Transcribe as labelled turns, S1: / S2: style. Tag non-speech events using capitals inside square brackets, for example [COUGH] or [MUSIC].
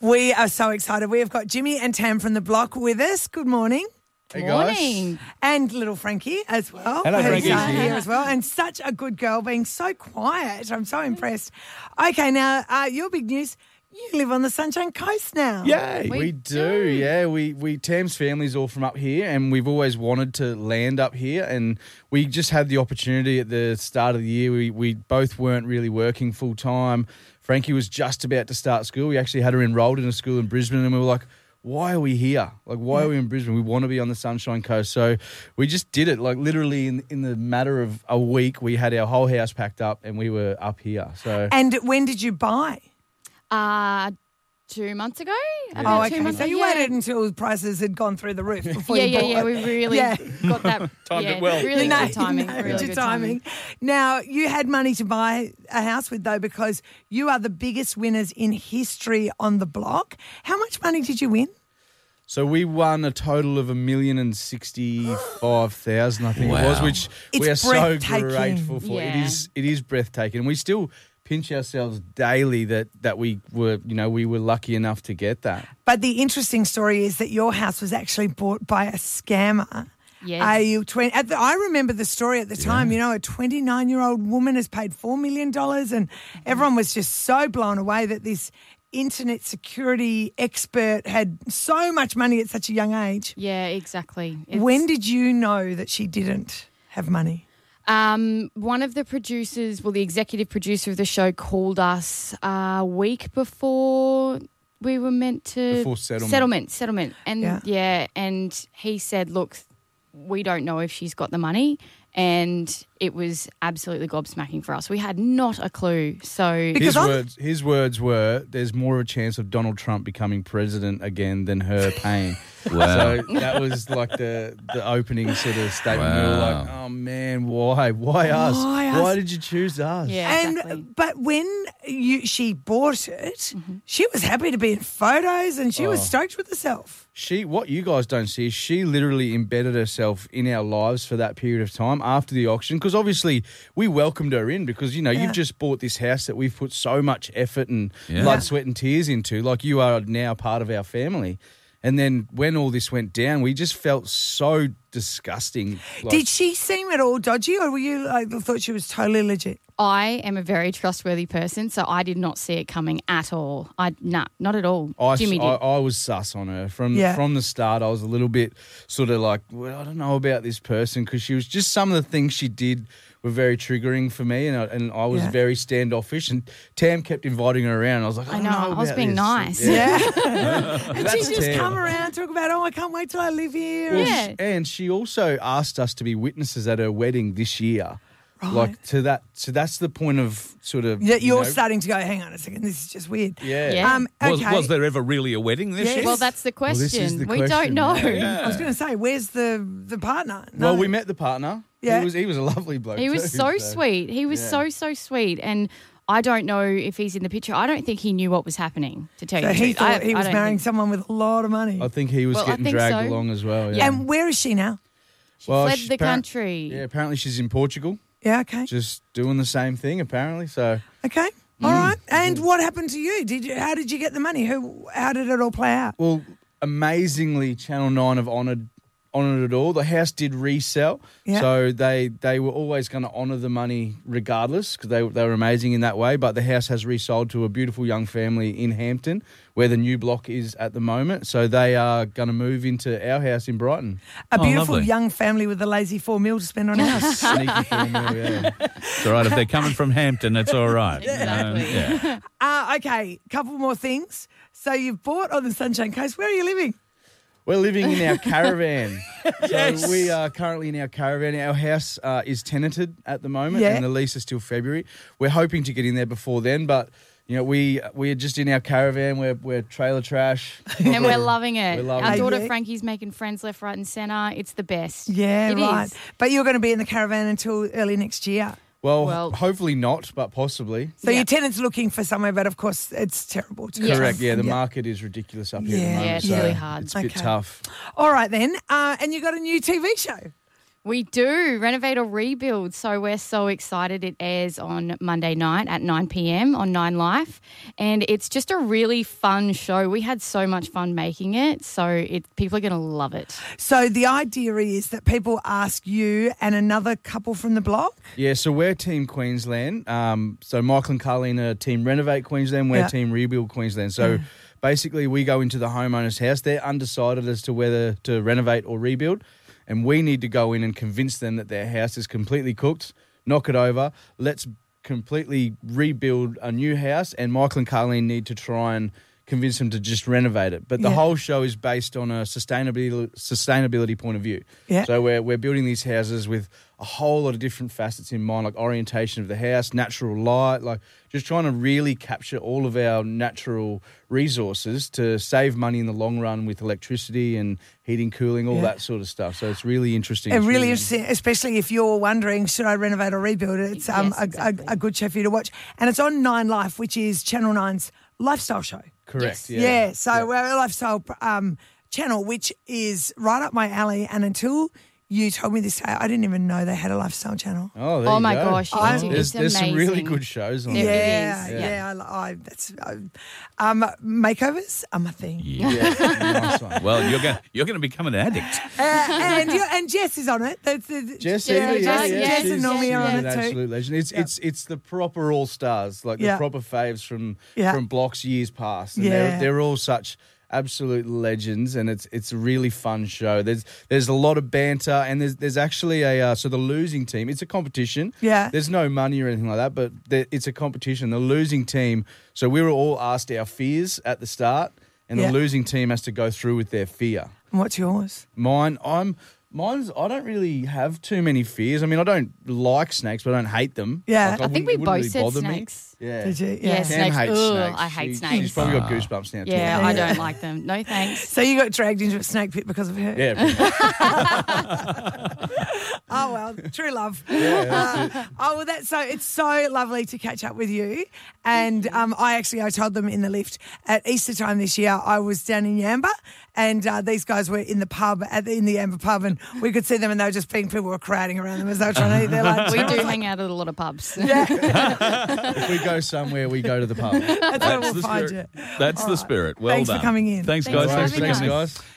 S1: We are so excited. We have got Jimmy and Tam from the block with us. Good morning.
S2: Hey
S3: Morning.
S1: And little Frankie as well.
S2: Hello,
S1: who's,
S2: Frankie.
S1: uh, here as well. And such a good girl being so quiet. I'm so impressed. Okay, now, uh, your big news you live on the Sunshine Coast now.
S2: Yay!
S3: We
S2: We, do.
S3: do.
S2: yeah. We we Tam's family's all from up here, and we've always wanted to land up here, and we just had the opportunity at the start of the year. We we both weren't really working full time. Frankie was just about to start school. We actually had her enrolled in a school in Brisbane, and we were like. Why are we here? Like, why are we in Brisbane? We want to be on the Sunshine Coast. So we just did it. Like, literally, in, in the matter of a week, we had our whole house packed up and we were up here. So,
S1: And when did you buy?
S3: Uh, two months ago.
S1: Oh,
S3: About two
S1: okay.
S3: months
S1: So
S3: ago,
S1: you
S3: yeah.
S1: waited until prices had gone through the
S3: [LAUGHS]
S1: roof before
S3: Yeah,
S1: you
S3: yeah,
S1: bought
S3: yeah.
S1: it.
S3: We really
S1: Yeah.
S3: got that.
S2: [LAUGHS] Timed
S3: yeah,
S2: it well.
S3: Really
S1: No,
S3: good timing.
S1: no,
S3: really
S1: good
S3: good timing.
S1: Now, you had money to buy a house with, though, because you are the biggest winners in history on the block. How much money did you win?
S2: So we won a total of a million and sixty-five thousand, I think it was, which we are
S1: It's
S2: so
S1: breathtaking.
S2: grateful for.
S3: Yeah.
S2: It is, it is breathtaking. We still pinch ourselves daily that that we were, you know, we were lucky enough to get that.
S1: But the interesting story is that your house was actually bought by a scammer.
S3: Yes.
S1: Are you twen- at the, I remember the story at the time. You know, a 29 year old woman has paid $4 million, and everyone was just so blown away that this internet security expert had so much money at such a young age.
S3: Yeah, exactly. It's-
S1: when did you know that she didn't have money?
S3: Um, one of the producers, well, the executive producer of the show called us a week before we were meant to
S2: Before settlement.
S3: settlement, settlement, and
S1: Yeah.
S3: yeah. and he said, "Look, we don't know if she's got the money." And it was absolutely gobsmacking for us. We had not a clue. So
S1: Because
S2: his
S1: I'm-
S2: words, his words were, "There's more of a chance of Donald Trump becoming president again than
S1: [LAUGHS]
S2: her pain."
S4: Wow.
S2: So that was like the the opening sort of statement. We were like, "Oh man, why? Why us?
S1: Why us?
S2: Why did you choose us?"
S3: Yeah. exactly. Mm-hmm.
S1: And but when you she bought it, she was happy to be in photos and
S2: Oh.
S1: she was stoked with herself.
S2: she what you guys don't see is she literally embedded herself in our lives for that period of time after the auction because obviously we welcomed her in because you know
S1: Yeah.
S2: you've just bought this house that we've put so much effort and
S4: Yeah.
S2: blood sweat and tears into like you are now part of our family and then when all this went down we just felt so disgusting like-
S1: Did she seem at all dodgy, or were you like thought she was totally
S3: [LAUGHS]
S1: legit?
S3: I am a very trustworthy person, so I did not see it coming at all. I nah, not at all.
S2: I,
S3: Jimmy did.
S2: I, I was sus on her from
S1: Yeah.
S2: from the start. I was a little bit sort of like, well, I don't know about this person because she was just some of the things she did were very triggering for me, and I, and I was
S1: Yeah.
S2: very standoffish. And Tam kept inviting her around. I was like, I,
S3: I
S2: don't
S3: know, I was
S2: about
S3: being
S2: this."
S3: nice.
S1: Yeah,
S2: [LAUGHS]
S1: and she
S2: That's
S1: just
S2: Tam.
S1: come around talk about, oh, I can't wait till I live here.
S2: Well,
S1: and-
S3: [LAUGHS] Yeah.
S2: sh- and she also asked us to be witnesses at her wedding this year.
S1: Right.
S2: Like to that, so that's the point of sort of
S1: That
S2: you
S1: you're
S2: know,
S1: starting to go. Hang on a second, this is just weird.
S2: Yeah.
S3: Yeah.
S1: Um, okay.
S4: Was, was there ever really a wedding this
S1: Yes.
S4: year?
S3: Well, that's the
S2: Well,
S3: question.
S2: this is the
S3: we
S2: question,
S3: don't know.
S2: yeah.
S1: I was going to say, where's the the partner? No.
S2: Well, we met the partner.
S1: Yeah.
S2: he was he was a lovely bloke.
S3: He was
S2: too,
S3: so
S2: so-
S3: sweet. He was
S2: yeah.
S3: so so sweet, and I don't know if he's in the picture. I don't think he knew what was happening. To tell
S1: So
S3: you, the
S1: he
S3: truth. I-
S1: thought he
S3: I
S1: was
S3: don't
S1: marrying
S3: think-
S1: someone with a lot of money.
S2: I think he was
S3: Well, I
S2: getting
S3: think
S2: dragged
S3: so.
S2: along as well. Yeah.
S3: Yeah.
S1: And where is she now?
S3: She
S2: Well,
S3: fled
S2: she's
S3: the
S2: par-
S3: country.
S2: Yeah, apparently she's in Portugal,
S1: Yeah. Okay.
S2: just doing the same thing. Apparently, so
S1: Okay. All right. And what happened to you? Did you? How did you get the money? Who? How did it all play out?
S2: well, amazingly, Channel Nine have honoured honoured it all. The house did resell,
S1: Yeah.
S2: so they they were always going to honour the money regardless because they they were amazing in that way. But the house has resold to a beautiful young family in Hampton, where the new block is at the moment. So they are going to move into our house in [LAUGHS] Brighton.
S1: A
S4: Oh,
S1: beautiful
S4: lovely.
S1: young family with a lazy four mil to spend on a house.
S2: Sneaky four mil, yeah.
S4: It's all right. If they're coming from Hampton, it's
S1: [LAUGHS]
S4: all right. You know,
S3: Exactly.
S4: yeah.
S1: uh, okay. Couple more things. So you've bought on the Sunshine Coast. Where are you living?
S2: We're living in
S3: [LAUGHS]
S2: our caravan. So we are currently in our caravan. Our house uh, is tenanted at the moment,
S1: Yeah.
S2: and the lease is till February. We're hoping to get in there before then, but you know we we're just in our caravan. We're we're trailer trash,
S3: [LAUGHS] And we're loving it.
S2: We're loving
S3: Our
S2: it.
S3: daughter
S1: Yeah.
S3: Frankie's making friends left, right, and centre. It's the best.
S1: Yeah,
S3: It
S1: right.
S3: is.
S1: But you're going to be in the caravan until early next year.
S2: Well,
S3: Well-
S2: hopefully not, but possibly.
S1: So
S3: Yeah.
S1: your tenant's looking for somewhere, but of course it's terrible. To
S3: Yes.
S2: Correct. Yeah, the
S1: Yeah.
S2: market is ridiculous up here.
S1: Yeah.
S2: at the moment,
S1: Yeah, it's
S2: so
S3: really hard.
S2: It's a bit
S1: Okay.
S2: tough.
S1: All right then. Uh, and you got a new TV show.
S3: We do renovate or rebuild. So we're so excited. It airs on Monday night at 9 p.m. on Nine Life. And it's just a really fun show. We had so much fun making it. So it, people are going to love it.
S1: So the idea is that people ask you and another couple from the block.
S2: Yeah, so we're Team Queensland. Um, so Michael and Carleen are Team Renovate Queensland. We're
S1: Yeah. Mm.
S2: Team Rebuild Queensland. So basically, we go into the homeowner's house. They're undecided as to whether to renovate or rebuild, and we need to go in and convince them that their house is completely cooked. Knock it over. Let's completely rebuild a new house. And Michael and Carleen need to try and convince them to just renovate it. But the
S1: Yeah.
S2: whole show is based on a sustainability sustainability point of view.
S1: Yeah.
S2: So we're, we're building these houses with a whole lot of different facets in mind, like orientation of the house, natural light, like just trying to really capture all of our natural resources to save money in the long run with electricity and heating, cooling, all
S1: Yeah.
S2: that sort of stuff. So it's really interesting.
S1: It
S2: It's
S1: really interesting, especially if you're wondering, should I renovate or rebuild it? It's um,
S3: Yes, exactly.
S1: a, a, a good show for you to watch. And it's on Nine Life, which is Channel 9's lifestyle show.
S2: Correct.
S1: Yeah,
S2: Yeah.
S1: so we're a lifestyle um, channel, which is right up my alley. And until you told me this day, I didn't even know they had a lifestyle channel.
S2: Oh, there
S3: Oh
S2: you
S3: my
S2: go.
S3: gosh,
S1: Oh, it's
S2: there's, there's some really
S3: amazing.
S2: good shows on
S3: Yeah.
S2: there.
S1: Yeah,
S3: is,
S1: yeah,
S3: yeah.
S1: I, li- I, that's I, um, makeovers are my thing.
S2: Yeah, nice one.
S4: Well, you're going you're going to become an addict.
S1: Uh, and you, and Jess is on it. That's the,
S2: Jess,
S3: Jess,
S2: yeah, yeah,
S3: Jess, Jess,
S2: yeah.
S3: Jess
S2: She's-
S1: and Normie
S2: she's
S1: are on
S2: an
S1: it too.
S2: absolute legend. It's it's it's the proper all stars, like
S1: Yeah.
S2: the proper faves from
S1: Yeah.
S2: from blocks years past. And
S1: Yeah.
S2: they're, they're all such absolute legends, and it's it's a really fun show. There's there's a lot of banter, and there's there's actually a uh, so the losing team. It's a competition.
S1: Yeah.
S2: There's no money or anything like that, but the, it's a competition. The losing team. So we were all asked our fears at the start, and
S1: Yeah.
S2: the losing team has to go through with their fear.
S1: And What's yours?
S2: Mine, I'm mine's. I don't really have too many fears. I mean, I don't like snakes, but I don't hate them.
S1: Yeah.
S2: Like,
S1: I
S2: wouldn't-
S3: think we
S2: it wouldn't
S3: both said
S2: bother me.
S3: snakes.
S2: Yeah,
S1: Did you? Yeah.
S3: Yeah,
S2: Sam
S3: snakes.
S2: hates
S3: Ugh,
S2: snakes.
S3: I hate
S2: She-
S3: snakes.
S2: She's probably got goosebumps now. too.
S3: Yeah, I
S1: Yeah.
S3: don't like them. No thanks.
S1: So you got dragged into a snake pit because of her.
S2: yeah. pretty much.
S1: Oh well, true
S4: [LAUGHS]
S1: love.
S2: that's
S1: Uh, oh well, that's so. It's so lovely to catch up with you. And um, I actually, I told them in the lift at Easter time this year, I was down in Yamba, and uh, these guys were in the pub at the, in the Yamba pub, and we could see them, and they were just being people were crowding around them as they were trying to eat their lunch.
S3: [LAUGHS] We
S2: [LAUGHS]
S1: And I
S3: do
S1: was [LAUGHS] like,
S3: hang out at a lot of pubs.
S2: If we go somewhere, we go to the pub.
S3: [LAUGHS]
S1: That's where Oh, we'll
S4: the
S1: find
S4: spirit.
S1: you.
S4: That's the spirit. Well
S1: Thanks for
S4: done.
S1: coming in.
S3: Thanks
S4: Thanks, guys.
S3: for
S4: Thanks for
S3: having
S4: coming.
S2: guys.